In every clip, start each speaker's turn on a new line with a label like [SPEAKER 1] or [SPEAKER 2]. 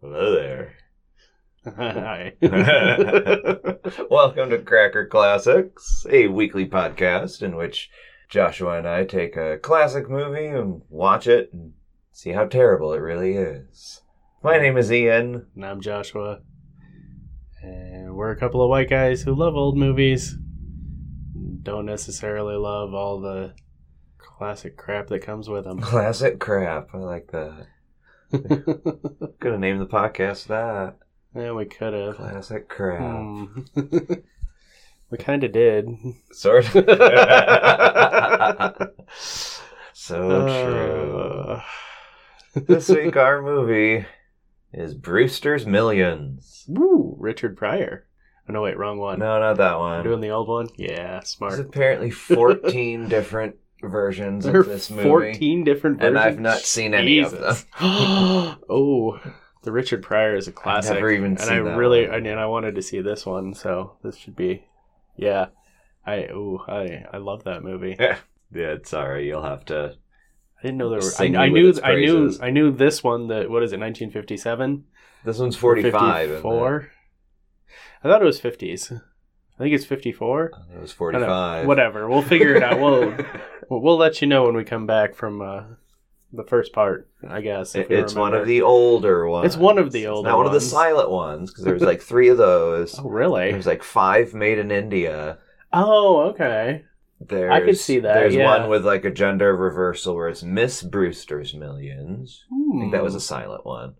[SPEAKER 1] Hello there.
[SPEAKER 2] Hi.
[SPEAKER 1] Welcome to Cracker Classics, a weekly podcast in which Joshua and I take a classic movie and watch it and see how terrible it really is. My name is Ian.
[SPEAKER 2] and I'm Joshua. And we're a couple of white guys who love old movies. Don't necessarily love all the classic crap that comes with them.
[SPEAKER 1] Classic crap. I like that. Could have named the podcast that.
[SPEAKER 2] yeah, we could have.
[SPEAKER 1] Classic crap.
[SPEAKER 2] Hmm. we kind of did.
[SPEAKER 1] Sort of. so Oh, true.
[SPEAKER 2] Uh,
[SPEAKER 1] This week, our movie is Brewster's Millions.
[SPEAKER 2] Woo, Richard Pryor. Oh, no, wait, wrong
[SPEAKER 1] No,
[SPEAKER 2] one.
[SPEAKER 1] not that
[SPEAKER 2] I'm
[SPEAKER 1] one.
[SPEAKER 2] doing the old one? Yeah, smart.
[SPEAKER 1] There's apparently 14 different versions
[SPEAKER 2] There are
[SPEAKER 1] of this movie.
[SPEAKER 2] 14 different versions.
[SPEAKER 1] and I've not seen any of them.
[SPEAKER 2] Jesus. oh, the Richard Pryor is a classic.
[SPEAKER 1] I've never even
[SPEAKER 2] and
[SPEAKER 1] seen
[SPEAKER 2] I
[SPEAKER 1] that
[SPEAKER 2] really
[SPEAKER 1] one.
[SPEAKER 2] and and I wanted to see this one, so this should be, yeah. I oh I I love that movie.
[SPEAKER 1] Yeah, sorry, you'll have to.
[SPEAKER 2] I didn't know there were. I,
[SPEAKER 1] Sing
[SPEAKER 2] I
[SPEAKER 1] you with
[SPEAKER 2] knew
[SPEAKER 1] its
[SPEAKER 2] I knew
[SPEAKER 1] praises.
[SPEAKER 2] I knew this one. That what is it? Nineteen fifty seven.
[SPEAKER 1] This one's 45. isn't it?
[SPEAKER 2] Four. I thought it was fifties. I think it's fifty four.
[SPEAKER 1] It was 45.
[SPEAKER 2] Whatever. We'll figure it out. We'll we'll let you know when we come back from uh, the first part. I guess if
[SPEAKER 1] It-
[SPEAKER 2] we
[SPEAKER 1] it's one of
[SPEAKER 2] remember.
[SPEAKER 1] the older ones.
[SPEAKER 2] It's one of the older
[SPEAKER 1] Not one of the
[SPEAKER 2] ones.
[SPEAKER 1] silent ones, because there was like three of those.
[SPEAKER 2] Oh really?
[SPEAKER 1] There's like five made in India.
[SPEAKER 2] Oh okay.
[SPEAKER 1] There's,
[SPEAKER 2] I could see that,
[SPEAKER 1] There's
[SPEAKER 2] yeah.
[SPEAKER 1] one with like a gender reversal where it's Miss Brewster's Millions. I think that was a silent one.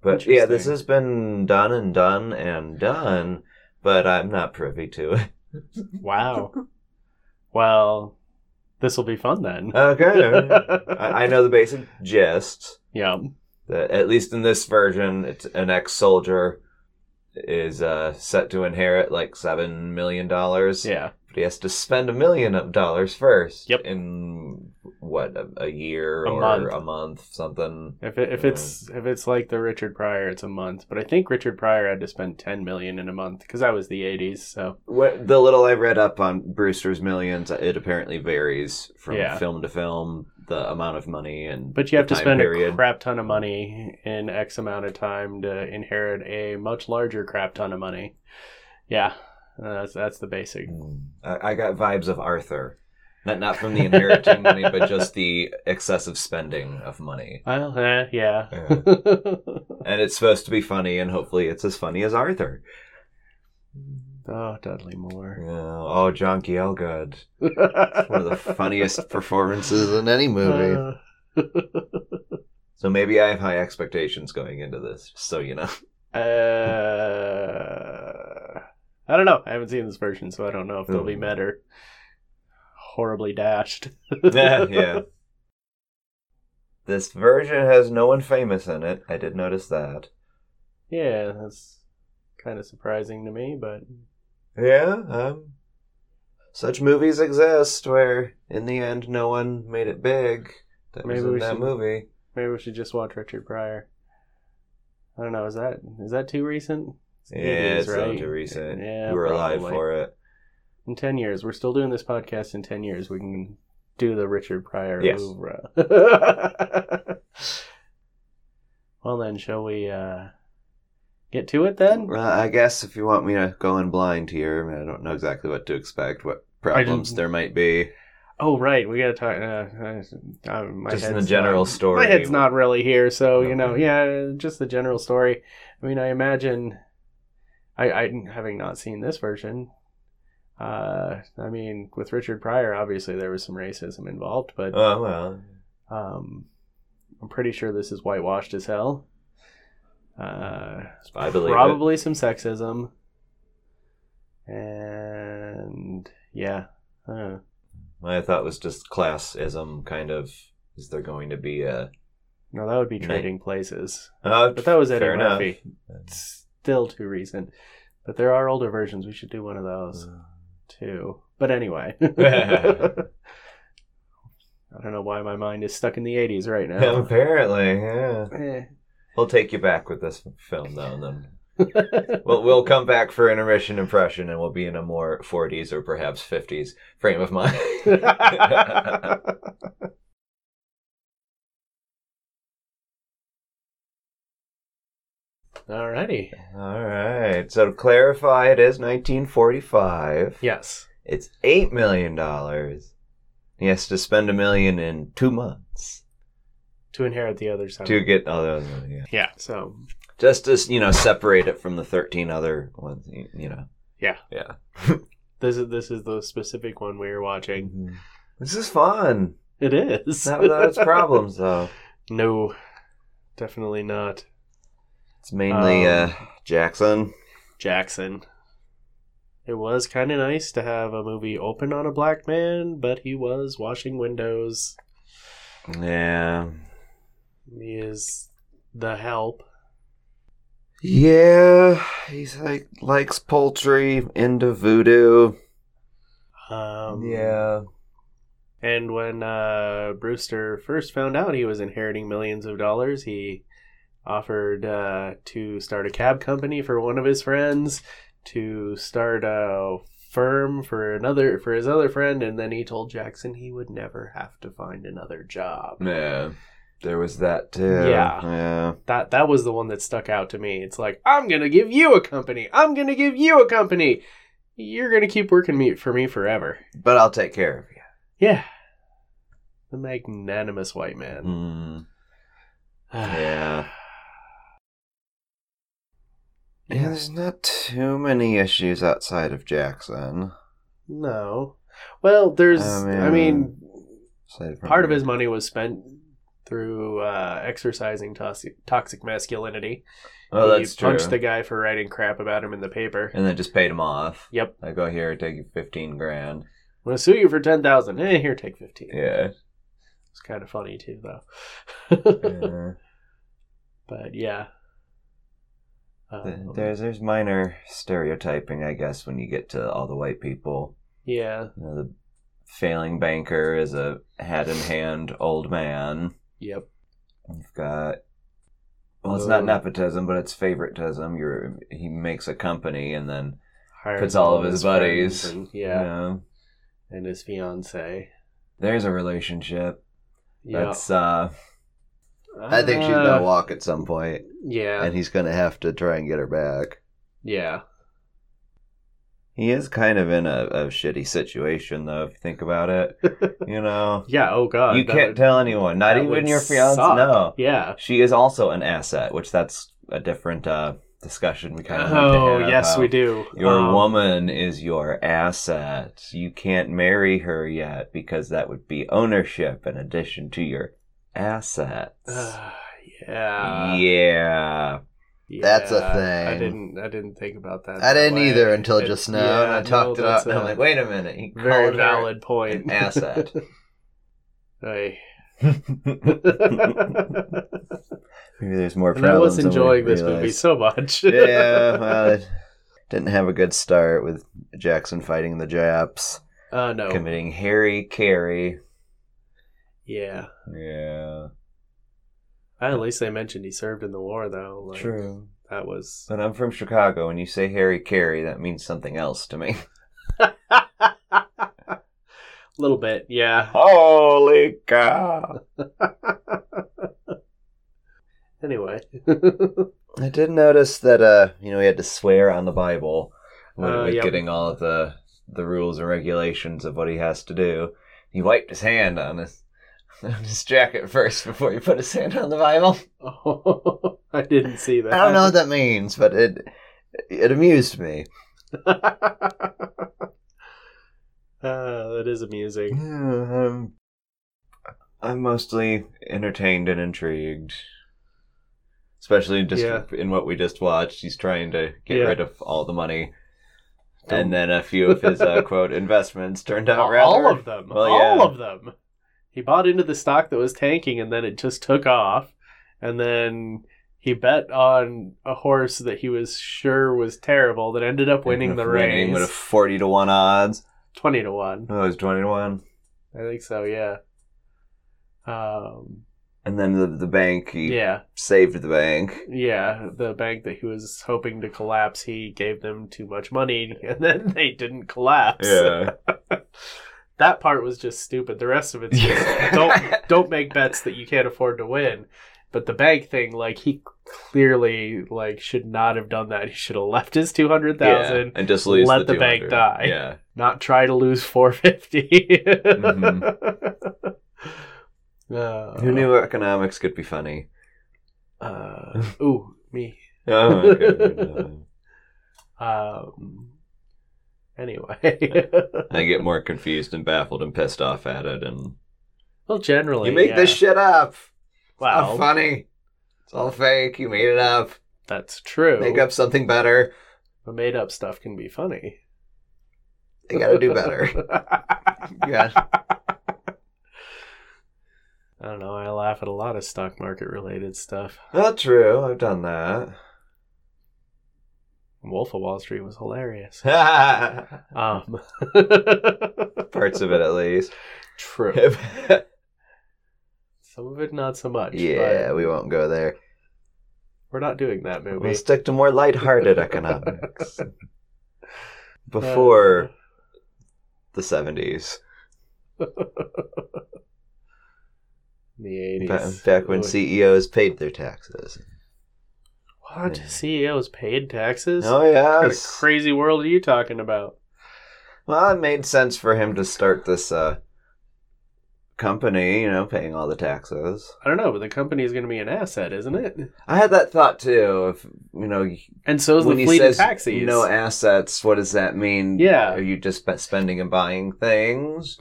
[SPEAKER 1] But yeah, this
[SPEAKER 2] Hmm. Interesting.
[SPEAKER 1] has been done and done and done, but I'm not privy to it.
[SPEAKER 2] Wow. Hmm. Well, this will be fun then.
[SPEAKER 1] Okay. I, I know the basic gist.
[SPEAKER 2] yeah.
[SPEAKER 1] That at least in this version, it's an ex-soldier is uh, set to inherit like seven million dollars.
[SPEAKER 2] Yeah.
[SPEAKER 1] But he has to spend a million of dollars first.
[SPEAKER 2] Yep.
[SPEAKER 1] In what a, a year
[SPEAKER 2] A
[SPEAKER 1] or
[SPEAKER 2] month.
[SPEAKER 1] a month, something.
[SPEAKER 2] If it, if it's if it's like the Richard Pryor, it's a month. But I think Richard Pryor had to spend ten million in a month because that was the eighties. So
[SPEAKER 1] What, the little I read up on Brewster's Millions, it apparently varies from
[SPEAKER 2] Yeah.
[SPEAKER 1] film to film, the amount of money and.
[SPEAKER 2] But you have
[SPEAKER 1] the
[SPEAKER 2] to
[SPEAKER 1] time
[SPEAKER 2] spend
[SPEAKER 1] period.
[SPEAKER 2] a crap ton of money in X amount of time to inherit a much larger crap ton of money. Yeah, that's that's the basic.
[SPEAKER 1] I, I got vibes of Arthur, not not from the inheriting money, but just the excessive spending of money.
[SPEAKER 2] Well, eh, yeah.
[SPEAKER 1] Yeah. And it's supposed to be funny, and hopefully it's as funny as Arthur.
[SPEAKER 2] oh, Dudley Moore.
[SPEAKER 1] Yeah. Oh, John Gielgud, one of the funniest performances in any movie.
[SPEAKER 2] Uh,
[SPEAKER 1] so maybe I have high expectations going into this. just So you know,
[SPEAKER 2] Uh, I don't know. I haven't seen this version, so I don't know if they'll be
[SPEAKER 1] Ooh.
[SPEAKER 2] met or horribly dashed.
[SPEAKER 1] yeah. This version has no one famous in it. I did notice that.
[SPEAKER 2] Yeah, that's kind of surprising to me, but
[SPEAKER 1] Yeah, um, such movies exist where in the end no one made it big. That was
[SPEAKER 2] Maybe
[SPEAKER 1] in
[SPEAKER 2] we
[SPEAKER 1] that
[SPEAKER 2] should-
[SPEAKER 1] movie.
[SPEAKER 2] maybe we should just watch Richard Pryor. I don't know. Is that is that too recent?
[SPEAKER 1] Yeah,
[SPEAKER 2] It is,
[SPEAKER 1] it's not
[SPEAKER 2] right?
[SPEAKER 1] too recent.
[SPEAKER 2] Yeah,
[SPEAKER 1] you were alive
[SPEAKER 2] probably.
[SPEAKER 1] for it.
[SPEAKER 2] In ten years, we're still doing this podcast. In ten years, we can do the Richard Pryor
[SPEAKER 1] Yes.
[SPEAKER 2] oeuvre. well, then, shall we uh, get to it then?
[SPEAKER 1] Well, I guess if you want me to go in blind here, I, mean, I don't know exactly what to expect, what problems
[SPEAKER 2] didn't-
[SPEAKER 1] there might be.
[SPEAKER 2] Oh right, we gotta talk. Uh, uh, my
[SPEAKER 1] Just in the
[SPEAKER 2] head's
[SPEAKER 1] general
[SPEAKER 2] not-
[SPEAKER 1] story.
[SPEAKER 2] My head's not really here, so
[SPEAKER 1] Okay.
[SPEAKER 2] you know, yeah, just the general story. I mean, I imagine, I, I having not seen this version, uh, I mean, with Richard Pryor, obviously there was some racism involved, but
[SPEAKER 1] Oh well.
[SPEAKER 2] um, I'm pretty sure this is whitewashed as hell. Uh,
[SPEAKER 1] I believe it.
[SPEAKER 2] probably some sexism, and yeah, uh,
[SPEAKER 1] My thought was just classism, kind of. Is there going to be a?
[SPEAKER 2] no, that would be
[SPEAKER 1] Right.
[SPEAKER 2] trading places.
[SPEAKER 1] Uh,
[SPEAKER 2] But that was Eddie
[SPEAKER 1] fair enough.
[SPEAKER 2] Murphy. Still too recent. But there are older versions. We should do one of
[SPEAKER 1] Mm.
[SPEAKER 2] those too. But anyway. I don't know why my mind is stuck in the 80s right now.
[SPEAKER 1] Apparently, yeah.
[SPEAKER 2] Eh.
[SPEAKER 1] We'll take you back with this film though, and then we'll, we'll come back for intermission impression, and we'll be in a more 40s or perhaps 50s frame of mind.
[SPEAKER 2] Alrighty.
[SPEAKER 1] All right. So to clarify, it is 1945.
[SPEAKER 2] Yes.
[SPEAKER 1] It's eight million dollars. He has to spend a million in two months
[SPEAKER 2] To inherit the other side.
[SPEAKER 1] to get other. Oh, yeah.
[SPEAKER 2] Yeah. So
[SPEAKER 1] Just to you know, separate it from the 13 other ones. You, you know.
[SPEAKER 2] Yeah.
[SPEAKER 1] Yeah.
[SPEAKER 2] this is this is the specific one we were watching.
[SPEAKER 1] This is fun.
[SPEAKER 2] It is.
[SPEAKER 1] Not without its problems, though.
[SPEAKER 2] no. Definitely not.
[SPEAKER 1] It's mainly
[SPEAKER 2] Um,
[SPEAKER 1] uh, Jackson.
[SPEAKER 2] Jackson. It was kind of nice to have a movie open on a black man, but he was washing windows.
[SPEAKER 1] Yeah.
[SPEAKER 2] He is the help.
[SPEAKER 1] Yeah, he's like likes poultry, into voodoo.
[SPEAKER 2] Um, And when uh, Brewster first found out he was inheriting millions of dollars, he offered uh, to start a cab company for one of his friends, to start a firm for another for his other friend, and then he told Jackson he would never have to find another job.
[SPEAKER 1] Yeah. There was that too.
[SPEAKER 2] Yeah.
[SPEAKER 1] Yeah.
[SPEAKER 2] That that was the one that stuck out to me. It's like I'm gonna give you a company. I'm gonna give you a company. You're gonna keep working me for me forever.
[SPEAKER 1] But I'll take care of you.
[SPEAKER 2] Yeah, the magnanimous white man.
[SPEAKER 1] Mm, yeah. Yeah,
[SPEAKER 2] Yeah.
[SPEAKER 1] there's not too many issues outside of Jackson.
[SPEAKER 2] No. Well, there's.
[SPEAKER 1] I mean-
[SPEAKER 2] I mean,
[SPEAKER 1] Aside from-
[SPEAKER 2] part of his money was spent through uh, exercising toxic, toxic masculinity.
[SPEAKER 1] Oh,
[SPEAKER 2] He
[SPEAKER 1] that's true.
[SPEAKER 2] Punched the guy for writing crap about him in the paper.
[SPEAKER 1] and then just paid him off.
[SPEAKER 2] Yep.
[SPEAKER 1] I go here, take you fifteen grand.
[SPEAKER 2] I'm gonna sue you for ten thousand. Eh, here, take fifteen.
[SPEAKER 1] Yeah.
[SPEAKER 2] It's kind of funny too, though.
[SPEAKER 1] yeah.
[SPEAKER 2] But yeah. Um,
[SPEAKER 1] There's there's minor stereotyping, I guess, when you get to all the white people.
[SPEAKER 2] yeah.
[SPEAKER 1] You know, the failing banker is a hat in hand old man.
[SPEAKER 2] Yep.
[SPEAKER 1] You've got well, it's not
[SPEAKER 2] Uh,
[SPEAKER 1] nepotism, but it's favoritism. You're he makes a company and then
[SPEAKER 2] Hires
[SPEAKER 1] Puts all of his buddies.
[SPEAKER 2] friends and-
[SPEAKER 1] you
[SPEAKER 2] yeah,
[SPEAKER 1] know,
[SPEAKER 2] and his fiance.
[SPEAKER 1] there's a relationship.
[SPEAKER 2] Yeah.
[SPEAKER 1] That's uh I think she's gonna
[SPEAKER 2] Uh,
[SPEAKER 1] walk at some point,
[SPEAKER 2] Yeah.
[SPEAKER 1] and he's gonna have to try and get her back.
[SPEAKER 2] Yeah.
[SPEAKER 1] He is kind of in a, a shitty situation, though. If you think about it, you know,
[SPEAKER 2] Yeah. Oh God.
[SPEAKER 1] you
[SPEAKER 2] that
[SPEAKER 1] can't
[SPEAKER 2] would-
[SPEAKER 1] tell anyone, not
[SPEAKER 2] that
[SPEAKER 1] even
[SPEAKER 2] would
[SPEAKER 1] your fiance.
[SPEAKER 2] suck.
[SPEAKER 1] No,
[SPEAKER 2] Yeah.
[SPEAKER 1] she is also an asset, which that's a different uh, discussion. We kind of have to
[SPEAKER 2] Oh
[SPEAKER 1] have,
[SPEAKER 2] yes,
[SPEAKER 1] how
[SPEAKER 2] we do.
[SPEAKER 1] Your
[SPEAKER 2] Um,
[SPEAKER 1] woman is your asset. You can't marry her yet because that would be ownership in addition to your assets.
[SPEAKER 2] Uh, yeah,
[SPEAKER 1] yeah. That's a
[SPEAKER 2] yeah. I
[SPEAKER 1] thing.
[SPEAKER 2] didn't. I didn't think about that.
[SPEAKER 1] I
[SPEAKER 2] that
[SPEAKER 1] didn't
[SPEAKER 2] way.
[SPEAKER 1] either until
[SPEAKER 2] It-
[SPEAKER 1] just now,
[SPEAKER 2] yeah,
[SPEAKER 1] and I
[SPEAKER 2] no,
[SPEAKER 1] talked it out,
[SPEAKER 2] that's
[SPEAKER 1] and I'm
[SPEAKER 2] a
[SPEAKER 1] like, wait a minute, he
[SPEAKER 2] Very
[SPEAKER 1] called her
[SPEAKER 2] valid point.
[SPEAKER 1] an asset.
[SPEAKER 2] Oy.
[SPEAKER 1] Maybe
[SPEAKER 2] and
[SPEAKER 1] there's more
[SPEAKER 2] I
[SPEAKER 1] problems.
[SPEAKER 2] was
[SPEAKER 1] than we
[SPEAKER 2] enjoying this
[SPEAKER 1] realized.
[SPEAKER 2] movie so much.
[SPEAKER 1] yeah, well, it didn't have a good start with Jackson fighting the Japs,
[SPEAKER 2] Uh, no.
[SPEAKER 1] committing Harry Carey.
[SPEAKER 2] Yeah.
[SPEAKER 1] Yeah,
[SPEAKER 2] At least they mentioned he served in the war, though. Like,
[SPEAKER 1] true.
[SPEAKER 2] That was.
[SPEAKER 1] But I'm from Chicago, and you say Harry Carey, that means something else to me.
[SPEAKER 2] A little bit, yeah.
[SPEAKER 1] Holy cow!
[SPEAKER 2] Anyway.
[SPEAKER 1] I did notice that uh, you know, we had to swear on the Bible when
[SPEAKER 2] Uh,
[SPEAKER 1] with
[SPEAKER 2] yep.
[SPEAKER 1] getting all of the the rules and regulations of what he has to do. He wiped his hand on his on his jacket first before he put his hand on the Bible.
[SPEAKER 2] oh, I didn't see that.
[SPEAKER 1] I don't know what that means, but it it amused me.
[SPEAKER 2] uh, that is
[SPEAKER 1] Mm,
[SPEAKER 2] amusing.
[SPEAKER 1] I'm, I'm mostly entertained and intrigued. Especially just
[SPEAKER 2] Yeah.
[SPEAKER 1] in what we just watched. He's trying to get
[SPEAKER 2] Yeah.
[SPEAKER 1] rid of all the money.
[SPEAKER 2] Don't-
[SPEAKER 1] And then a few of his uh, quote investments turned out rather.
[SPEAKER 2] all of them.
[SPEAKER 1] Well,
[SPEAKER 2] all
[SPEAKER 1] yeah.
[SPEAKER 2] of them. He bought into the stock that was tanking and then it just took off. And then he bet on a horse that he was sure was terrible that ended up winning the
[SPEAKER 1] Winning with a
[SPEAKER 2] race.
[SPEAKER 1] 40 to 1 odds.
[SPEAKER 2] 20 to 1.
[SPEAKER 1] Oh, it was 20 to 1.
[SPEAKER 2] I think so, yeah. Um,
[SPEAKER 1] And then the, the bank, he
[SPEAKER 2] yeah,
[SPEAKER 1] saved the bank.
[SPEAKER 2] yeah. The bank that he was hoping to collapse, he gave them too much money and then they didn't collapse.
[SPEAKER 1] Yeah.
[SPEAKER 2] that part was just stupid. The rest of it's just don't don't make bets that you can't afford to win. But the bank thing, like he clearly like should not have done that. He should have left his two hundred thousand,
[SPEAKER 1] and just lose
[SPEAKER 2] let the
[SPEAKER 1] 200.
[SPEAKER 2] bank die.
[SPEAKER 1] Yeah.
[SPEAKER 2] not try to lose four fifty.
[SPEAKER 1] Mm-hmm. Who knew economics could be funny?
[SPEAKER 2] Uh, ooh, me.
[SPEAKER 1] Oh, my goodness.
[SPEAKER 2] Um, anyway,
[SPEAKER 1] I get more confused and baffled and pissed off at it. And
[SPEAKER 2] well, generally,
[SPEAKER 1] you make
[SPEAKER 2] yeah.
[SPEAKER 1] this shit up. It's
[SPEAKER 2] Wow,
[SPEAKER 1] not funny. It's all fake. You made it up.
[SPEAKER 2] that's true.
[SPEAKER 1] Make up something better.
[SPEAKER 2] But made up stuff can be funny.
[SPEAKER 1] They gotta do better. yeah.
[SPEAKER 2] I don't know. I laugh at a lot of stock market related stuff.
[SPEAKER 1] Not true. I've done that.
[SPEAKER 2] Wolf of Wall Street was hilarious.
[SPEAKER 1] Parts
[SPEAKER 2] Um,
[SPEAKER 1] of it, at least.
[SPEAKER 2] true. Some of it, not so much.
[SPEAKER 1] yeah,
[SPEAKER 2] but
[SPEAKER 1] we won't go there.
[SPEAKER 2] we're not doing that movie.
[SPEAKER 1] We'll stick to more lighthearted economics. Before the 70s.
[SPEAKER 2] in the eighties,
[SPEAKER 1] ba- Back when CEOs paid their taxes.
[SPEAKER 2] what
[SPEAKER 1] Yeah.
[SPEAKER 2] CEOs paid taxes?
[SPEAKER 1] Oh,
[SPEAKER 2] What kind of
[SPEAKER 1] yes.
[SPEAKER 2] crazy world are you talking about?
[SPEAKER 1] Well, it made sense for him to start this uh, company, you know, paying all the taxes.
[SPEAKER 2] I don't know, but the company is going to be an asset, isn't it?
[SPEAKER 1] I had that thought too. If you know,
[SPEAKER 2] And so is
[SPEAKER 1] when
[SPEAKER 2] the
[SPEAKER 1] he
[SPEAKER 2] fleet
[SPEAKER 1] says
[SPEAKER 2] of taxis.
[SPEAKER 1] no assets, what does that mean?
[SPEAKER 2] Yeah.
[SPEAKER 1] are you just spe- spending and buying things?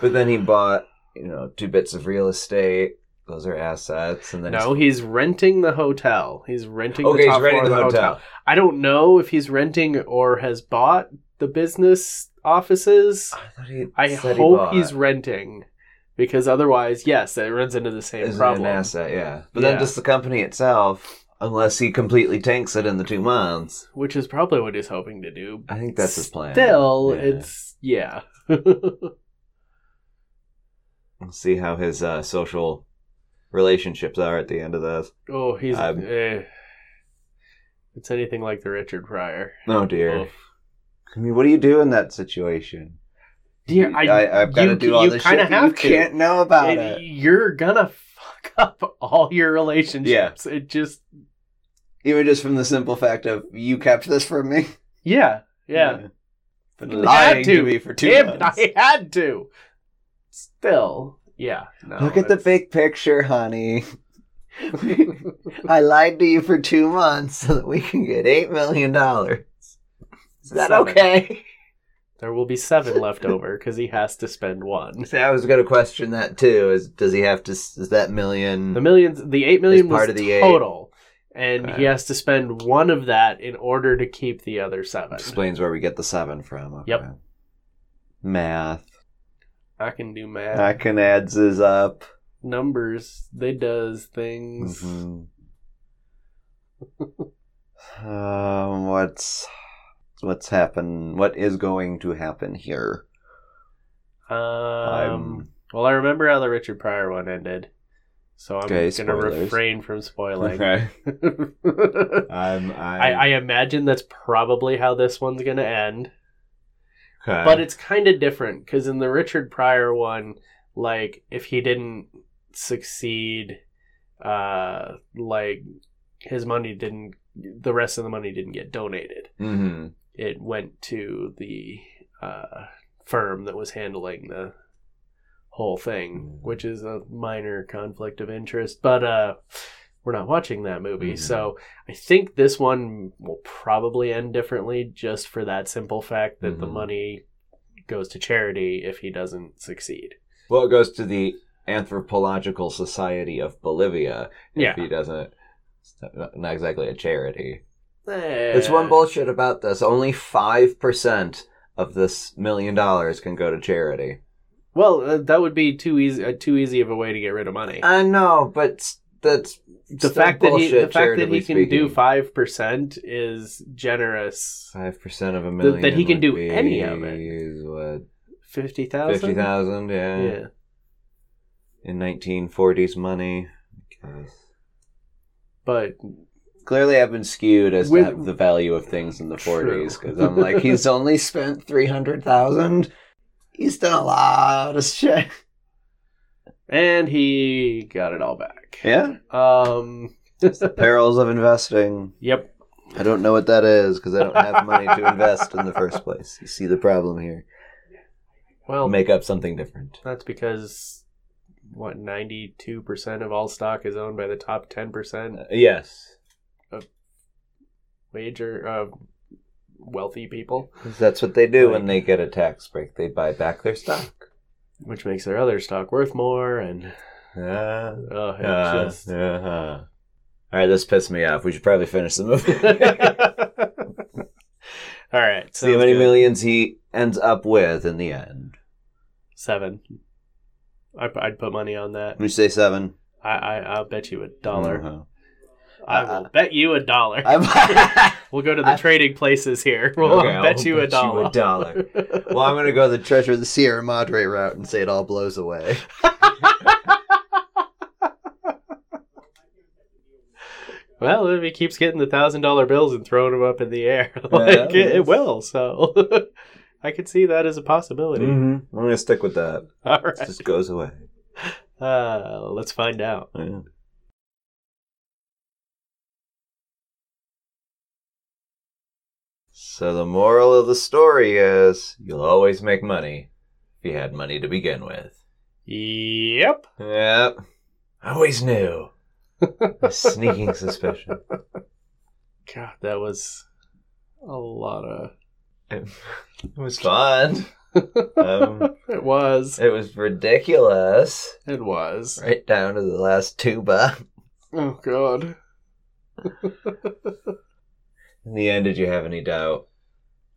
[SPEAKER 1] But then he bought, you know, two bits of real estate. Those are assets, and then
[SPEAKER 2] no, he's renting the hotel. He's renting.
[SPEAKER 1] he's, okay,
[SPEAKER 2] the top
[SPEAKER 1] he's renting
[SPEAKER 2] floor
[SPEAKER 1] the
[SPEAKER 2] of
[SPEAKER 1] hotel.
[SPEAKER 2] I don't know if he's renting or has bought the business offices.
[SPEAKER 1] I thought he.
[SPEAKER 2] I
[SPEAKER 1] said he
[SPEAKER 2] hope
[SPEAKER 1] bought.
[SPEAKER 2] he's renting because otherwise, yes, it runs into the same
[SPEAKER 1] Is it
[SPEAKER 2] problem.
[SPEAKER 1] an asset, yeah. But
[SPEAKER 2] Yeah.
[SPEAKER 1] then just the company itself, unless he completely tanks it in the two months.
[SPEAKER 2] Which is probably what he's hoping to do.
[SPEAKER 1] I think that's his plan.
[SPEAKER 2] Still,
[SPEAKER 1] Yeah.
[SPEAKER 2] it's yeah.
[SPEAKER 1] We'll see how his uh, social relationships are at the end of this.
[SPEAKER 2] oh, he's.
[SPEAKER 1] I'm-
[SPEAKER 2] eh. It's anything like the Richard Pryor.
[SPEAKER 1] Oh dear.
[SPEAKER 2] Oh.
[SPEAKER 1] I mean, what do you do in that situation?
[SPEAKER 2] Dear, I-
[SPEAKER 1] have got to
[SPEAKER 2] you-
[SPEAKER 1] do all
[SPEAKER 2] you
[SPEAKER 1] this shit
[SPEAKER 2] kinda
[SPEAKER 1] that you
[SPEAKER 2] have to.
[SPEAKER 1] can't uh, know about
[SPEAKER 2] It-
[SPEAKER 1] it.
[SPEAKER 2] You're gonna fuck up all your relationships. It just
[SPEAKER 1] Even just from the simple fact of you kept this from me.
[SPEAKER 2] yeah yeah.
[SPEAKER 1] Been
[SPEAKER 2] You
[SPEAKER 1] lying
[SPEAKER 2] had
[SPEAKER 1] to.
[SPEAKER 2] to.
[SPEAKER 1] me for two
[SPEAKER 2] Damn it,
[SPEAKER 1] months.
[SPEAKER 2] I had to. Still, yeah. No,
[SPEAKER 1] Look at the
[SPEAKER 2] it's-
[SPEAKER 1] big picture, honey. I lied to you for two months so that we can get eight million dollars. Is that
[SPEAKER 2] Seven.
[SPEAKER 1] okay?
[SPEAKER 2] there will be seven left over because he has to spend one.
[SPEAKER 1] See, I was going to question that too. Is does he have to? s- Is that million?
[SPEAKER 2] The millions, the eight million
[SPEAKER 1] It's Hmm. part of
[SPEAKER 2] was
[SPEAKER 1] the eight.
[SPEAKER 2] total, and
[SPEAKER 1] Okay.
[SPEAKER 2] he has to spend one of that in order to keep the other seven.
[SPEAKER 1] explains where we get the seven from. Okay.
[SPEAKER 2] Yep.
[SPEAKER 1] Math.
[SPEAKER 2] I can do math.
[SPEAKER 1] Hacken adds is up.
[SPEAKER 2] Numbers, they does things.
[SPEAKER 1] Mm-hmm. um, what's what's happen? What is going to happen here? Um,
[SPEAKER 2] Um,
[SPEAKER 1] I'm-
[SPEAKER 2] Well, I remember how the Richard Pryor one ended, so I'm
[SPEAKER 1] Okay,
[SPEAKER 2] going to
[SPEAKER 1] spoilers.
[SPEAKER 2] refrain from spoiling.
[SPEAKER 1] I'm.
[SPEAKER 2] I, I
[SPEAKER 1] I.
[SPEAKER 2] imagine that's probably how this one's going to end, but it's kind of different because in the Richard Pryor one, like if he didn't succeed, uh, like his money didn't, the rest of the money didn't get donated.
[SPEAKER 1] hmm
[SPEAKER 2] It went to the uh, firm that was handling the whole thing,
[SPEAKER 1] Mm.
[SPEAKER 2] which is a minor conflict of interest. But uh, we're not watching that movie,
[SPEAKER 1] Mhm.
[SPEAKER 2] so I think this one will probably end differently, just for that simple fact that the
[SPEAKER 1] Mhm.
[SPEAKER 2] money goes to charity if he doesn't succeed.
[SPEAKER 1] Well, it goes to the Anthropological Society of Bolivia. If
[SPEAKER 2] Yeah.
[SPEAKER 1] he doesn't. it's not- Not exactly a charity. It's
[SPEAKER 2] It's
[SPEAKER 1] one bullshit about this. Only five percent of this million dollars can go to charity.
[SPEAKER 2] Well, uh, that would be too easy, uh, too easy of a way to get rid of money.
[SPEAKER 1] I know, but s- that's
[SPEAKER 2] the fact that he, the fact that he can do
[SPEAKER 1] five
[SPEAKER 2] five percent is generous.
[SPEAKER 1] five percent of a
[SPEAKER 2] Th-
[SPEAKER 1] million
[SPEAKER 2] that he can
[SPEAKER 1] would
[SPEAKER 2] do
[SPEAKER 1] be,
[SPEAKER 2] any of it.
[SPEAKER 1] is What
[SPEAKER 2] Fifty
[SPEAKER 1] fifty
[SPEAKER 2] thousand.
[SPEAKER 1] thousand? Yeah.
[SPEAKER 2] Yeah.
[SPEAKER 1] in nineteen forties money.
[SPEAKER 2] But
[SPEAKER 1] Clearly, I've been skewed as
[SPEAKER 2] With-
[SPEAKER 1] to the value of things in the
[SPEAKER 2] True.
[SPEAKER 1] forties because I'm like, he's only spent three hundred thousand. He's done a lot of shit.
[SPEAKER 2] and he got it all back.
[SPEAKER 1] Yeah.
[SPEAKER 2] Um.
[SPEAKER 1] Perils of investing.
[SPEAKER 2] Yep.
[SPEAKER 1] I don't know what that is because I don't have money to invest in the first place. You see the problem here.
[SPEAKER 2] Well,
[SPEAKER 1] Make up something different.
[SPEAKER 2] that's because what ninety-two percent of all stock is owned by the top ten percent
[SPEAKER 1] Uh, yes.
[SPEAKER 2] wager uh, wealthy people,
[SPEAKER 1] 'Cause That's what they do when they get a tax break. They buy back their stock.
[SPEAKER 2] which makes their other stock worth more. And
[SPEAKER 1] Uh,
[SPEAKER 2] uh, it's
[SPEAKER 1] uh,
[SPEAKER 2] just-
[SPEAKER 1] uh-huh. All right, this pissed me off. We should probably finish the movie.
[SPEAKER 2] all right.
[SPEAKER 1] See how
[SPEAKER 2] sounds
[SPEAKER 1] many
[SPEAKER 2] good.
[SPEAKER 1] millions he ends up with in the end.
[SPEAKER 2] Seven. I, I'd put money on that.
[SPEAKER 1] Would you say seven?
[SPEAKER 2] I, I I'll bet you a dollar.
[SPEAKER 1] Uh-huh.
[SPEAKER 2] I will bet you a dollar.
[SPEAKER 1] I'm-
[SPEAKER 2] we'll go to the
[SPEAKER 1] I-
[SPEAKER 2] trading places here. We'll
[SPEAKER 1] Okay, I'll
[SPEAKER 2] bet you a
[SPEAKER 1] bet you
[SPEAKER 2] dollar.
[SPEAKER 1] a dollar. well, I'm going to go the treasure of the Sierra Madre route and say it all blows away.
[SPEAKER 2] well, if he keeps getting the thousand dollar bills and throwing them up in the air, like it, it
[SPEAKER 1] yes.
[SPEAKER 2] will. So I could see that as a possibility.
[SPEAKER 1] Mm-hmm. I'm going to stick with that.
[SPEAKER 2] All
[SPEAKER 1] It
[SPEAKER 2] right,
[SPEAKER 1] just goes away.
[SPEAKER 2] uh, let's find out.
[SPEAKER 1] Yeah. So the moral of the story is you'll always make money if you had money to begin with.
[SPEAKER 2] Yep.
[SPEAKER 1] Yep. I always knew. A sneaking suspicion.
[SPEAKER 2] God, that was a lot of.
[SPEAKER 1] It, it was fun. Um,
[SPEAKER 2] It was.
[SPEAKER 1] it was ridiculous.
[SPEAKER 2] It was.
[SPEAKER 1] Right down to the last tuba.
[SPEAKER 2] Oh God.
[SPEAKER 1] In the end, did you have any doubt?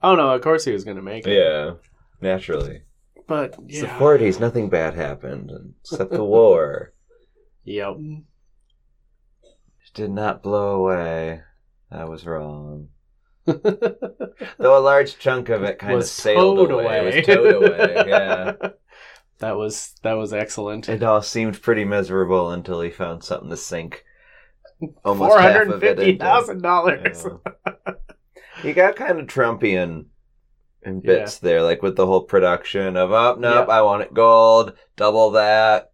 [SPEAKER 2] Oh no! Of course he was gonna make it.
[SPEAKER 1] Yeah, naturally.
[SPEAKER 2] But
[SPEAKER 1] It's the
[SPEAKER 2] yeah.
[SPEAKER 1] 40s, nothing bad happened except the war.
[SPEAKER 2] Yep.
[SPEAKER 1] It did not blow away. I was wrong. Though a large chunk of it kind of sailed
[SPEAKER 2] towed
[SPEAKER 1] away. It was towed away, yeah.
[SPEAKER 2] That was that was excellent.
[SPEAKER 1] It all seemed pretty miserable until he found something to sink. Almost
[SPEAKER 2] Four
[SPEAKER 1] half
[SPEAKER 2] hundred and
[SPEAKER 1] of it
[SPEAKER 2] fifty
[SPEAKER 1] into.
[SPEAKER 2] thousand dollars.
[SPEAKER 1] Yeah. He got kind of Trumpian in bits there, like with the whole production of, oh, nope, I want it gold, double that,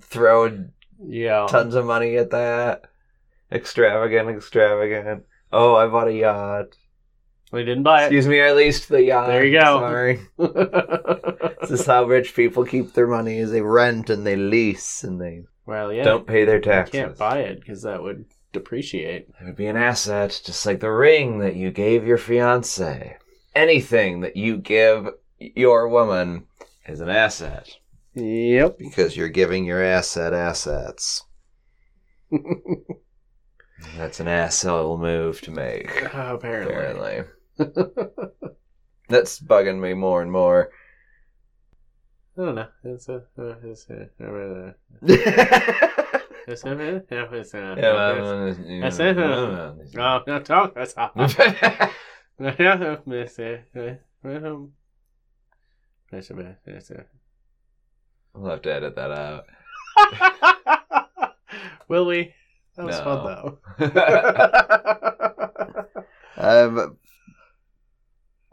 [SPEAKER 1] throw
[SPEAKER 2] Yeah.
[SPEAKER 1] tons of money at that. Extravagant, extravagant. Oh, I bought a yacht.
[SPEAKER 2] We didn't buy it.
[SPEAKER 1] Excuse me, I leased the yacht.
[SPEAKER 2] There you go.
[SPEAKER 1] Sorry. this is how rich people keep their money is they rent and they lease and they
[SPEAKER 2] well, yeah.
[SPEAKER 1] don't pay their
[SPEAKER 2] you
[SPEAKER 1] taxes.
[SPEAKER 2] can't buy it because that would depreciate.
[SPEAKER 1] It would be an asset, just like the ring that you gave your fiance. Anything that you give your woman is an asset
[SPEAKER 2] Yep.
[SPEAKER 1] because you're giving your asset assets. That's an asshole move to make.
[SPEAKER 2] Oh, apparently.
[SPEAKER 1] Apparently. That's bugging me more and more.
[SPEAKER 2] I don't know. It's a. uh, It's a. uh, It's a. uh, It's a. It's That's it.
[SPEAKER 1] Yeah,
[SPEAKER 2] Oh, no, talk. That's all. Yeah, that's it. Uh, um, that's it, that's it.
[SPEAKER 1] I'll have to edit that out.
[SPEAKER 2] Will we? That was
[SPEAKER 1] No.
[SPEAKER 2] fun though.
[SPEAKER 1] Um,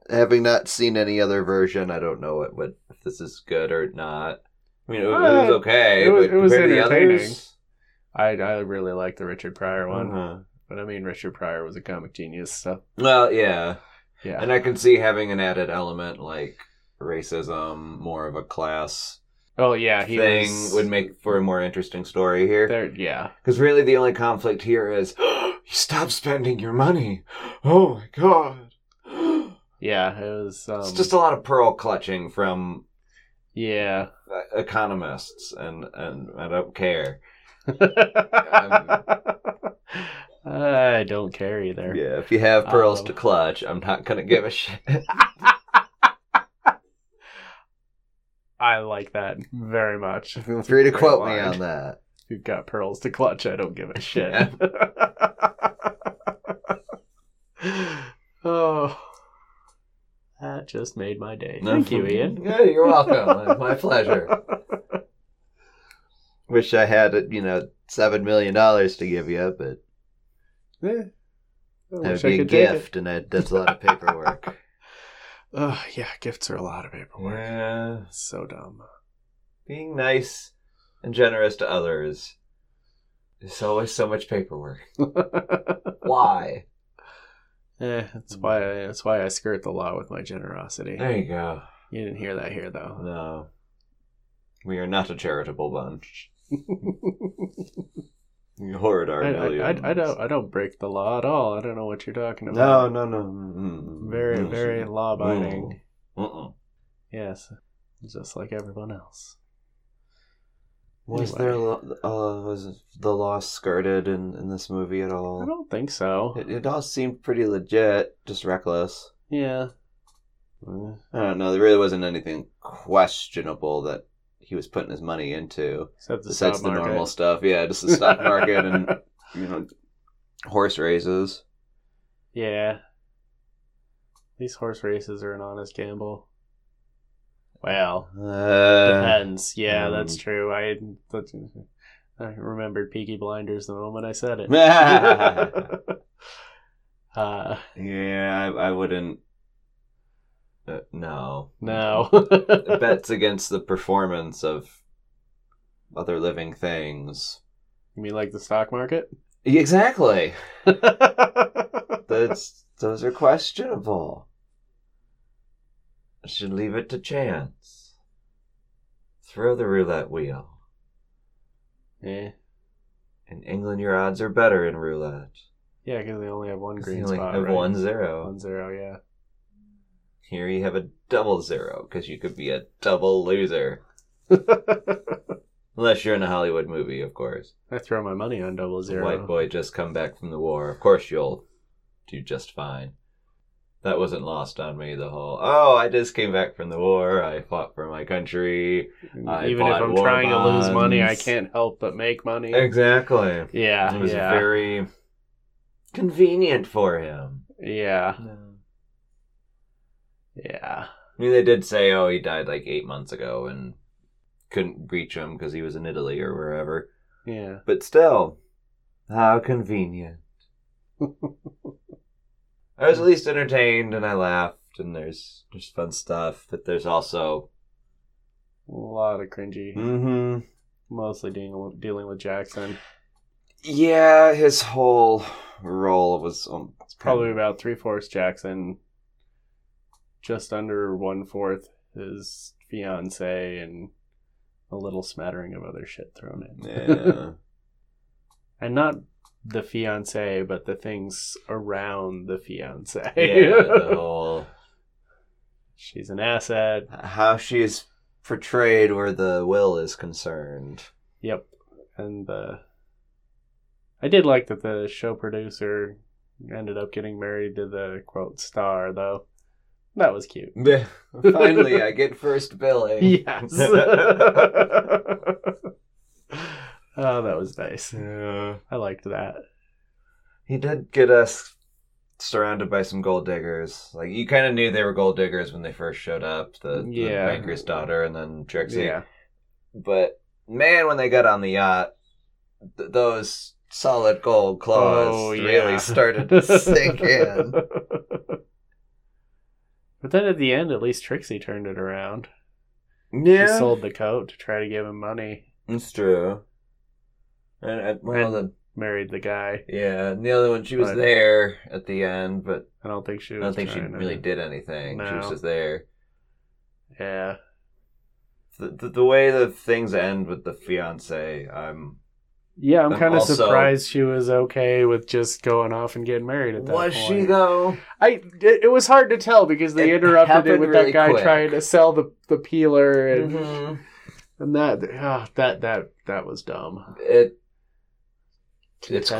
[SPEAKER 1] having not seen any other version, I don't know what, what if this is good or not. I mean, it, was- it was
[SPEAKER 2] Uh,
[SPEAKER 1] okay.
[SPEAKER 2] it was-
[SPEAKER 1] but
[SPEAKER 2] it was
[SPEAKER 1] compared to the
[SPEAKER 2] entertaining.
[SPEAKER 1] others-
[SPEAKER 2] I I really like the Richard Pryor one,
[SPEAKER 1] Uh-huh.
[SPEAKER 2] but I mean Richard Pryor was a comic genius, so
[SPEAKER 1] Well, yeah.
[SPEAKER 2] yeah.
[SPEAKER 1] And I can see having an added element like racism, more of a class
[SPEAKER 2] oh yeah, he
[SPEAKER 1] thing
[SPEAKER 2] was,
[SPEAKER 1] would make for a more interesting story here.
[SPEAKER 2] there. Yeah,
[SPEAKER 1] Because really, the only conflict here is you stop spending your money. Oh my god.
[SPEAKER 2] yeah, it was. Um,
[SPEAKER 1] it's just a lot of pearl clutching from
[SPEAKER 2] yeah.
[SPEAKER 1] uh, economists, and, and I don't care.
[SPEAKER 2] I don't care either.
[SPEAKER 1] Yeah, if you have pearls
[SPEAKER 2] Um.
[SPEAKER 1] to clutch, I'm not gonna give a shit.
[SPEAKER 2] I like that very much.
[SPEAKER 1] Feel free to
[SPEAKER 2] Great
[SPEAKER 1] quote me
[SPEAKER 2] line.
[SPEAKER 1] on that.
[SPEAKER 2] You've got pearls to clutch. I don't give a shit.
[SPEAKER 1] Yeah.
[SPEAKER 2] oh, that just made my day. Thank you, Ian.
[SPEAKER 1] Yeah, you're welcome. It's my pleasure. Wish I had, you know, seven million dollars to give you, but
[SPEAKER 2] Eh, I
[SPEAKER 1] that
[SPEAKER 2] wish
[SPEAKER 1] would
[SPEAKER 2] I
[SPEAKER 1] be a
[SPEAKER 2] could take it.
[SPEAKER 1] gift, and that, that's a lot of paperwork.
[SPEAKER 2] Ugh, yeah, gifts are a lot of paperwork.
[SPEAKER 1] yeah,
[SPEAKER 2] So dumb.
[SPEAKER 1] being nice and generous to others. There's always so much paperwork. Why?
[SPEAKER 2] Eh, that's why I, that's why I skirt the law with my generosity.
[SPEAKER 1] There you go.
[SPEAKER 2] You didn't hear that here though.
[SPEAKER 1] No. We are not a charitable bunch. We hoard our
[SPEAKER 2] I,
[SPEAKER 1] millions.
[SPEAKER 2] I, I, I don't I don't break the law at all. I don't know what you're talking
[SPEAKER 1] No,
[SPEAKER 2] about.
[SPEAKER 1] no, mm, no. Mm-mm.
[SPEAKER 2] Very
[SPEAKER 1] Mm-mm.
[SPEAKER 2] very law abiding.
[SPEAKER 1] Mm-mm.
[SPEAKER 2] Yes, just like everyone else.
[SPEAKER 1] Was
[SPEAKER 2] Anyway.
[SPEAKER 1] there lo- uh, was the law skirted in, in this movie at all?
[SPEAKER 2] I don't think so.
[SPEAKER 1] It, it all seemed pretty legit, just reckless.
[SPEAKER 2] Yeah. Eh,
[SPEAKER 1] I don't know. There really wasn't anything questionable that he was putting his money into.
[SPEAKER 2] Except the
[SPEAKER 1] Besides
[SPEAKER 2] stock
[SPEAKER 1] the
[SPEAKER 2] market.
[SPEAKER 1] normal stuff, yeah, just the stock market and you know horse races.
[SPEAKER 2] yeah. These horse races are an honest gamble. Well,
[SPEAKER 1] Uh,
[SPEAKER 2] depends. Yeah,
[SPEAKER 1] um,
[SPEAKER 2] that's true. I that's- I remembered Peaky Blinders the moment I said it.
[SPEAKER 1] yeah,
[SPEAKER 2] uh,
[SPEAKER 1] I, I wouldn't. Uh, no,
[SPEAKER 2] no.
[SPEAKER 1] Bets against the performance of other living things.
[SPEAKER 2] you mean like the stock market?
[SPEAKER 1] Exactly.
[SPEAKER 2] yeah,
[SPEAKER 1] That's those are questionable. I should leave it to chance. Throw the roulette wheel.
[SPEAKER 2] Eh.
[SPEAKER 1] In England, your odds are better in roulette.
[SPEAKER 2] yeah, because they only have one
[SPEAKER 1] 'Cause
[SPEAKER 2] green
[SPEAKER 1] you only
[SPEAKER 2] spot.
[SPEAKER 1] have
[SPEAKER 2] right?
[SPEAKER 1] one zero.
[SPEAKER 2] One zero, yeah.
[SPEAKER 1] Here you have a double zero because you could be a double loser. Unless you're in a Hollywood movie, of course.
[SPEAKER 2] I throw my money on double
[SPEAKER 1] The
[SPEAKER 2] zero.
[SPEAKER 1] White boy just come back from the war. Of course you'll do just fine. That wasn't lost on me. The whole oh, I just came back from the war. I fought for my country. I
[SPEAKER 2] Even if
[SPEAKER 1] bought
[SPEAKER 2] I'm
[SPEAKER 1] war
[SPEAKER 2] trying to lose money, I
[SPEAKER 1] bonds.
[SPEAKER 2] can't help but make money.
[SPEAKER 1] Exactly.
[SPEAKER 2] Yeah,
[SPEAKER 1] It was
[SPEAKER 2] yeah,
[SPEAKER 1] very convenient for him.
[SPEAKER 2] yeah, yeah.
[SPEAKER 1] I mean, they did say, oh, he died like eight months ago and couldn't reach him because he was in Italy or wherever.
[SPEAKER 2] Yeah.
[SPEAKER 1] But still, how convenient. I was at least entertained and I laughed and there's there's fun stuff, but there's also
[SPEAKER 2] A lot of cringy.
[SPEAKER 1] mm-hmm.
[SPEAKER 2] Mostly dealing, dealing with Jackson.
[SPEAKER 1] yeah, his whole role was um,
[SPEAKER 2] It's probably about three fourths Jackson, just under one fourth his fiance, and a little smattering of other shit thrown in.
[SPEAKER 1] yeah.
[SPEAKER 2] and not the fiance, but the things around the fiance.
[SPEAKER 1] yeah, the whole
[SPEAKER 2] She's an asset.
[SPEAKER 1] how she is portrayed where the will is concerned.
[SPEAKER 2] Yep. And uh, I did like that the show producer ended up getting married to the quote star, though. That was cute.
[SPEAKER 1] Finally, I get first billing.
[SPEAKER 2] Yes. oh, that was nice.
[SPEAKER 1] Yeah.
[SPEAKER 2] I liked that.
[SPEAKER 1] He did get us surrounded by some gold diggers. Like you kind of knew they were gold diggers when they first showed up. The, the
[SPEAKER 2] Yeah.
[SPEAKER 1] banker's daughter and then Trixie.
[SPEAKER 2] Yeah.
[SPEAKER 1] But man, when they got on the yacht, th- those solid gold claws
[SPEAKER 2] Oh, yeah.
[SPEAKER 1] really started to sink in.
[SPEAKER 2] But then at the end, at least Trixie turned it around. She
[SPEAKER 1] Yeah,
[SPEAKER 2] sold the coat to try to give him money.
[SPEAKER 1] it's true. And uh, well,
[SPEAKER 2] And- Married the guy.
[SPEAKER 1] the, yeah, and the other one, she was
[SPEAKER 2] But-
[SPEAKER 1] there at the end, but
[SPEAKER 2] I don't think she
[SPEAKER 1] I
[SPEAKER 2] was.
[SPEAKER 1] don't think she
[SPEAKER 2] trying to-
[SPEAKER 1] really did anything. She was
[SPEAKER 2] No.
[SPEAKER 1] just there.
[SPEAKER 2] Yeah.
[SPEAKER 1] the, the, the way the things end with the fiance, I'm.
[SPEAKER 2] Yeah, I'm
[SPEAKER 1] I'm
[SPEAKER 2] kind of
[SPEAKER 1] also-
[SPEAKER 2] surprised she was okay with just going off and getting married at that
[SPEAKER 1] Was
[SPEAKER 2] point.
[SPEAKER 1] she though?
[SPEAKER 2] I it, it was hard to tell because they
[SPEAKER 1] It
[SPEAKER 2] interrupted it
[SPEAKER 1] happened
[SPEAKER 2] with
[SPEAKER 1] really
[SPEAKER 2] that guy
[SPEAKER 1] quick.
[SPEAKER 2] trying to sell the the peeler and,
[SPEAKER 1] Mhm.
[SPEAKER 2] and that ah, that that that was dumb.
[SPEAKER 1] It it's
[SPEAKER 2] Contempt for a guy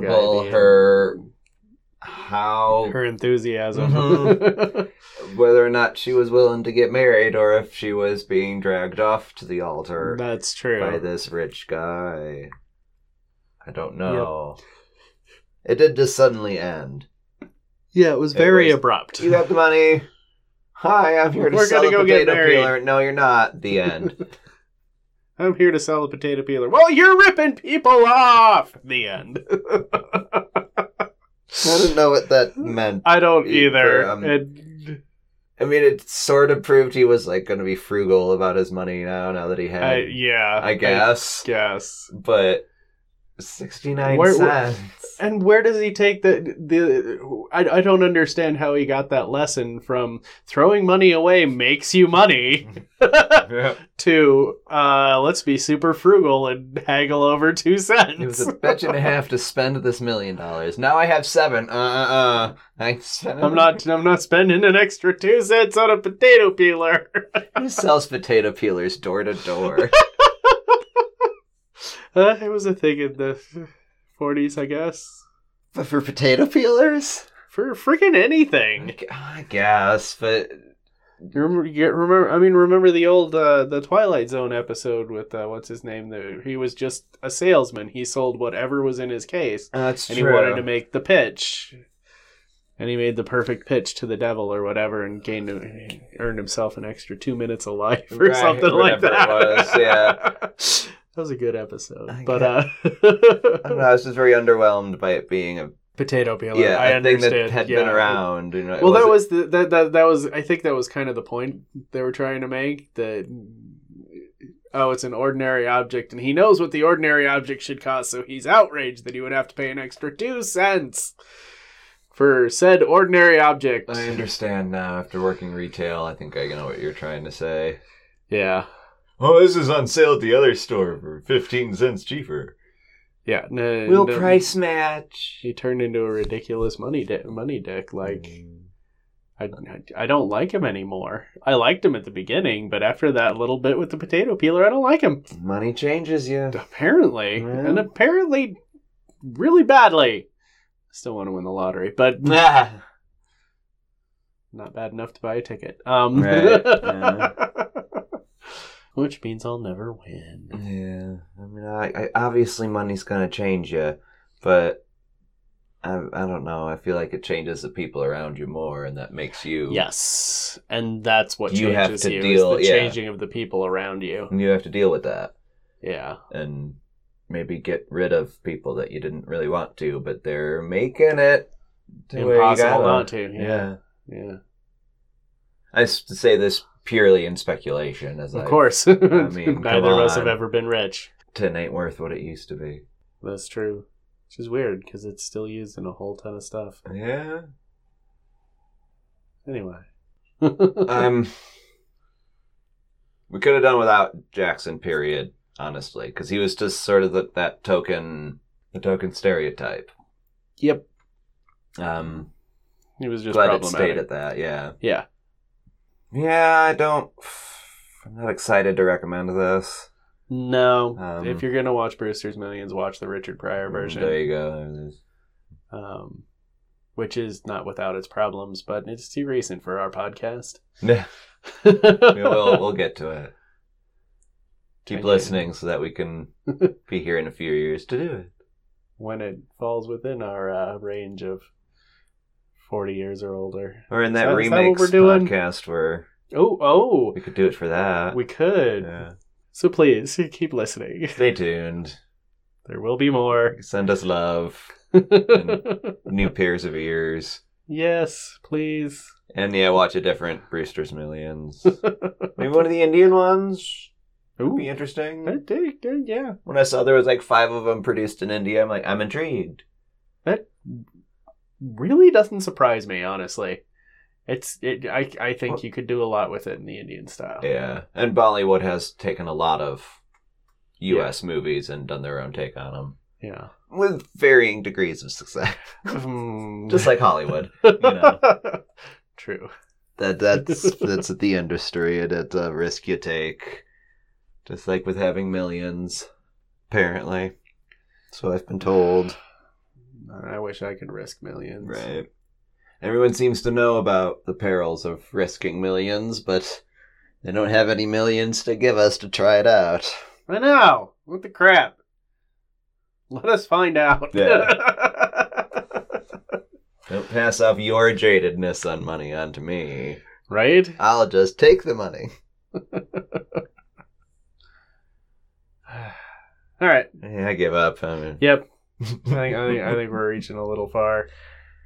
[SPEAKER 1] questionable
[SPEAKER 2] to be-
[SPEAKER 1] her how
[SPEAKER 2] her enthusiasm.
[SPEAKER 1] Mm-hmm. whether or not she was willing to get married or if she was being dragged off to the altar
[SPEAKER 2] That's
[SPEAKER 1] by
[SPEAKER 2] true.
[SPEAKER 1] this rich guy. I don't know. It did just suddenly end.
[SPEAKER 2] yeah, it was
[SPEAKER 1] It
[SPEAKER 2] very
[SPEAKER 1] was-
[SPEAKER 2] abrupt.
[SPEAKER 1] You got the money. Hi, I'm here to
[SPEAKER 2] We're
[SPEAKER 1] sell
[SPEAKER 2] gonna
[SPEAKER 1] a
[SPEAKER 2] go get
[SPEAKER 1] potato
[SPEAKER 2] married.
[SPEAKER 1] peeler. No, you're not. The end.
[SPEAKER 2] I'm here to sell a potato peeler. Well, you're ripping people off. The end.
[SPEAKER 1] I didn't know what that meant.
[SPEAKER 2] I don't
[SPEAKER 1] Yeah,
[SPEAKER 2] either.
[SPEAKER 1] um,
[SPEAKER 2] and
[SPEAKER 1] I mean, it sort of proved he was like going to be frugal about his money now. Now that he had,
[SPEAKER 2] I, yeah,
[SPEAKER 1] I guess.
[SPEAKER 2] I guess.
[SPEAKER 1] but sixty nine
[SPEAKER 2] Where- where-
[SPEAKER 1] cents.
[SPEAKER 2] And where does he take the the? I, I don't understand how he got that lesson from throwing money away makes you money
[SPEAKER 3] Yeah.
[SPEAKER 2] to uh, let's be super frugal and haggle over two
[SPEAKER 1] It was
[SPEAKER 2] cents.
[SPEAKER 1] a bitch and a half to spend this million dollars. Now I have seven. Uh uh uh. I spent
[SPEAKER 2] I'm not I'm not spending an extra two cents on a potato peeler.
[SPEAKER 1] Who sells potato peelers door to door?
[SPEAKER 2] Uh, it was a thing in the 40s, I guess.
[SPEAKER 1] But for potato peelers?
[SPEAKER 2] For freaking anything.
[SPEAKER 1] I guess, but
[SPEAKER 2] You remember, you remember? I mean, remember the old uh, the Twilight Zone episode with uh, what's his name? The, he was just a salesman. He sold whatever was in his case,
[SPEAKER 1] that's
[SPEAKER 2] and he wanted to make the pitch. And he made the perfect pitch to the devil or whatever, and gained earned himself an extra two minutes of life or
[SPEAKER 1] Right,
[SPEAKER 2] something like
[SPEAKER 1] whatever it
[SPEAKER 2] that.
[SPEAKER 1] was, yeah.
[SPEAKER 2] that was a good episode.
[SPEAKER 1] I
[SPEAKER 2] but
[SPEAKER 1] guess- I don't know.
[SPEAKER 2] uh,
[SPEAKER 1] I was just very underwhelmed by it being a
[SPEAKER 2] potato peeler.
[SPEAKER 1] yeah
[SPEAKER 2] I
[SPEAKER 1] a thing
[SPEAKER 2] understand.
[SPEAKER 1] that had been
[SPEAKER 2] yeah.
[SPEAKER 1] around. You know, it
[SPEAKER 2] well that
[SPEAKER 1] wasn't-
[SPEAKER 2] was the, that, that that was i think that was kind of the point they were trying to make that oh it's an ordinary object and he knows what the ordinary object should cost so he's outraged that he would have to pay an extra two cents for said ordinary object
[SPEAKER 1] I understand now. After working retail, I think I know what you're trying to say.
[SPEAKER 2] yeah
[SPEAKER 3] Oh, this is on sale at the other store for 15 cents cheaper.
[SPEAKER 2] yeah no,
[SPEAKER 1] We'll
[SPEAKER 2] no.
[SPEAKER 1] price match.
[SPEAKER 2] he turned into a ridiculous money dick money dick like
[SPEAKER 1] Mm.
[SPEAKER 2] I, I don't like him anymore i liked him at the beginning but after that little bit with the potato peeler i don't like him
[SPEAKER 1] Money changes you.
[SPEAKER 2] Apparently,
[SPEAKER 1] Yeah.
[SPEAKER 2] and apparently, really badly. Still want to win the lottery, but
[SPEAKER 1] Ah.
[SPEAKER 2] not bad enough to buy a ticket. Um,
[SPEAKER 1] Right, yeah.
[SPEAKER 2] which means I'll never win.
[SPEAKER 1] Yeah, I mean, I, I obviously money's gonna change you, but I I don't know. I feel like it changes the people around you more, and that makes you
[SPEAKER 2] Yes, and that's what
[SPEAKER 1] You have
[SPEAKER 2] changes
[SPEAKER 1] to
[SPEAKER 2] you,
[SPEAKER 1] deal-
[SPEAKER 2] is the
[SPEAKER 1] yeah.
[SPEAKER 2] changing of the people around you.
[SPEAKER 1] You have to deal with that,
[SPEAKER 2] Yeah,
[SPEAKER 1] and maybe get rid of people that you didn't really want to, but they're making it to where you
[SPEAKER 2] impossible
[SPEAKER 1] gotta-
[SPEAKER 2] not to. Yeah,
[SPEAKER 1] Yeah,
[SPEAKER 2] yeah.
[SPEAKER 1] I s- say this purely in speculation, as
[SPEAKER 2] Of
[SPEAKER 1] I
[SPEAKER 2] course,
[SPEAKER 1] mean,
[SPEAKER 2] neither
[SPEAKER 1] come
[SPEAKER 2] of us have
[SPEAKER 1] on.
[SPEAKER 2] ever been rich.
[SPEAKER 1] tin ain't worth what it used to be.
[SPEAKER 2] That's true. Which is weird because it's still used in a whole ton of stuff.
[SPEAKER 1] Yeah,
[SPEAKER 2] Anyway.
[SPEAKER 1] um, we could have done without Jackson. Period. Honestly, because he was just sort of the, that token, the token stereotype.
[SPEAKER 2] Yep.
[SPEAKER 1] Um,
[SPEAKER 2] It was just
[SPEAKER 1] glad it
[SPEAKER 2] problematic.
[SPEAKER 1] stayed at that. Yeah.
[SPEAKER 2] Yeah.
[SPEAKER 1] Yeah, I don't. I'm not excited to recommend this.
[SPEAKER 2] No.
[SPEAKER 1] Um,
[SPEAKER 2] if you're gonna watch Brewster's Millions, watch the Richard Pryor version.
[SPEAKER 1] There you go.
[SPEAKER 2] Um which is not without its problems, but it's too recent for our podcast.
[SPEAKER 1] Yeah, we'll we'll get to it. Keep
[SPEAKER 2] Thank you.
[SPEAKER 1] listening so that we can be here in a few years to do it.
[SPEAKER 2] when it falls within our uh, range of forty years or older.
[SPEAKER 1] Or in
[SPEAKER 2] Is
[SPEAKER 1] that
[SPEAKER 2] that- is that what
[SPEAKER 1] remix
[SPEAKER 2] we're doing?
[SPEAKER 1] podcast where
[SPEAKER 2] Oh oh
[SPEAKER 1] we could do it for that.
[SPEAKER 2] we could.
[SPEAKER 1] yeah.
[SPEAKER 2] So please keep listening.
[SPEAKER 1] Stay tuned.
[SPEAKER 2] There will be more.
[SPEAKER 1] Send us love, new pairs of ears,
[SPEAKER 2] yes, please.
[SPEAKER 1] and yeah, watch a different Brewster's Millions. Maybe one of the Indian ones would be
[SPEAKER 2] Ooh.
[SPEAKER 1] interesting.
[SPEAKER 2] That- that- that- yeah.
[SPEAKER 1] When I saw there was like five of them produced in India, I'm like, I'm intrigued.
[SPEAKER 2] That really doesn't surprise me, honestly. It's it, I I think you could do a lot with it in the Indian style.
[SPEAKER 1] Yeah, and Bollywood has taken a lot of U.S. movies and done their own take on them
[SPEAKER 2] Yeah.
[SPEAKER 1] with varying degrees of success,
[SPEAKER 2] Mm.
[SPEAKER 1] just like Hollywood. you know.
[SPEAKER 2] True.
[SPEAKER 1] That that's that's the industry. and It's a risk you take, just like with having millions. Apparently, so I've been told.
[SPEAKER 2] I wish I could risk millions.
[SPEAKER 1] Right. Everyone seems to know about the perils of risking millions, but they don't have any millions to give us to try it out.
[SPEAKER 2] I know. What the crap? Let us find out.
[SPEAKER 1] Don't pass off your jadedness on money onto me.
[SPEAKER 2] right?
[SPEAKER 1] I'll just take the money.
[SPEAKER 2] All right.
[SPEAKER 1] Yeah, I give up. I mean,
[SPEAKER 2] Yep. I think, I think I think we're reaching a little far.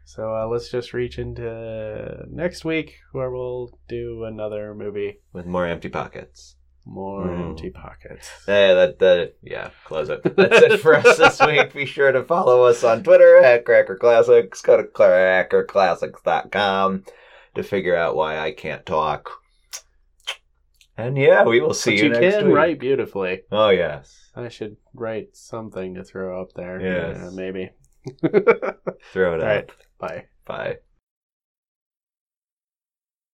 [SPEAKER 2] So uh, let's just reach into next week where we'll do another movie.
[SPEAKER 1] with more empty pockets.
[SPEAKER 2] More
[SPEAKER 1] Hmm.
[SPEAKER 4] Mm.
[SPEAKER 2] empty pockets.
[SPEAKER 1] Eh, that, that, yeah, close it. That's it for us this week. Be sure to follow us on Twitter at Cracker Classics. Go to crackerclassics.com to figure out why I can't talk. And yeah, we will see
[SPEAKER 2] but
[SPEAKER 1] you,
[SPEAKER 2] you
[SPEAKER 1] next
[SPEAKER 2] can
[SPEAKER 1] week.
[SPEAKER 2] write beautifully.
[SPEAKER 1] Oh, yes.
[SPEAKER 2] I should write something to throw up there.
[SPEAKER 4] Yes.
[SPEAKER 2] Yeah, maybe.
[SPEAKER 1] Throw it
[SPEAKER 2] All
[SPEAKER 1] up.
[SPEAKER 2] right.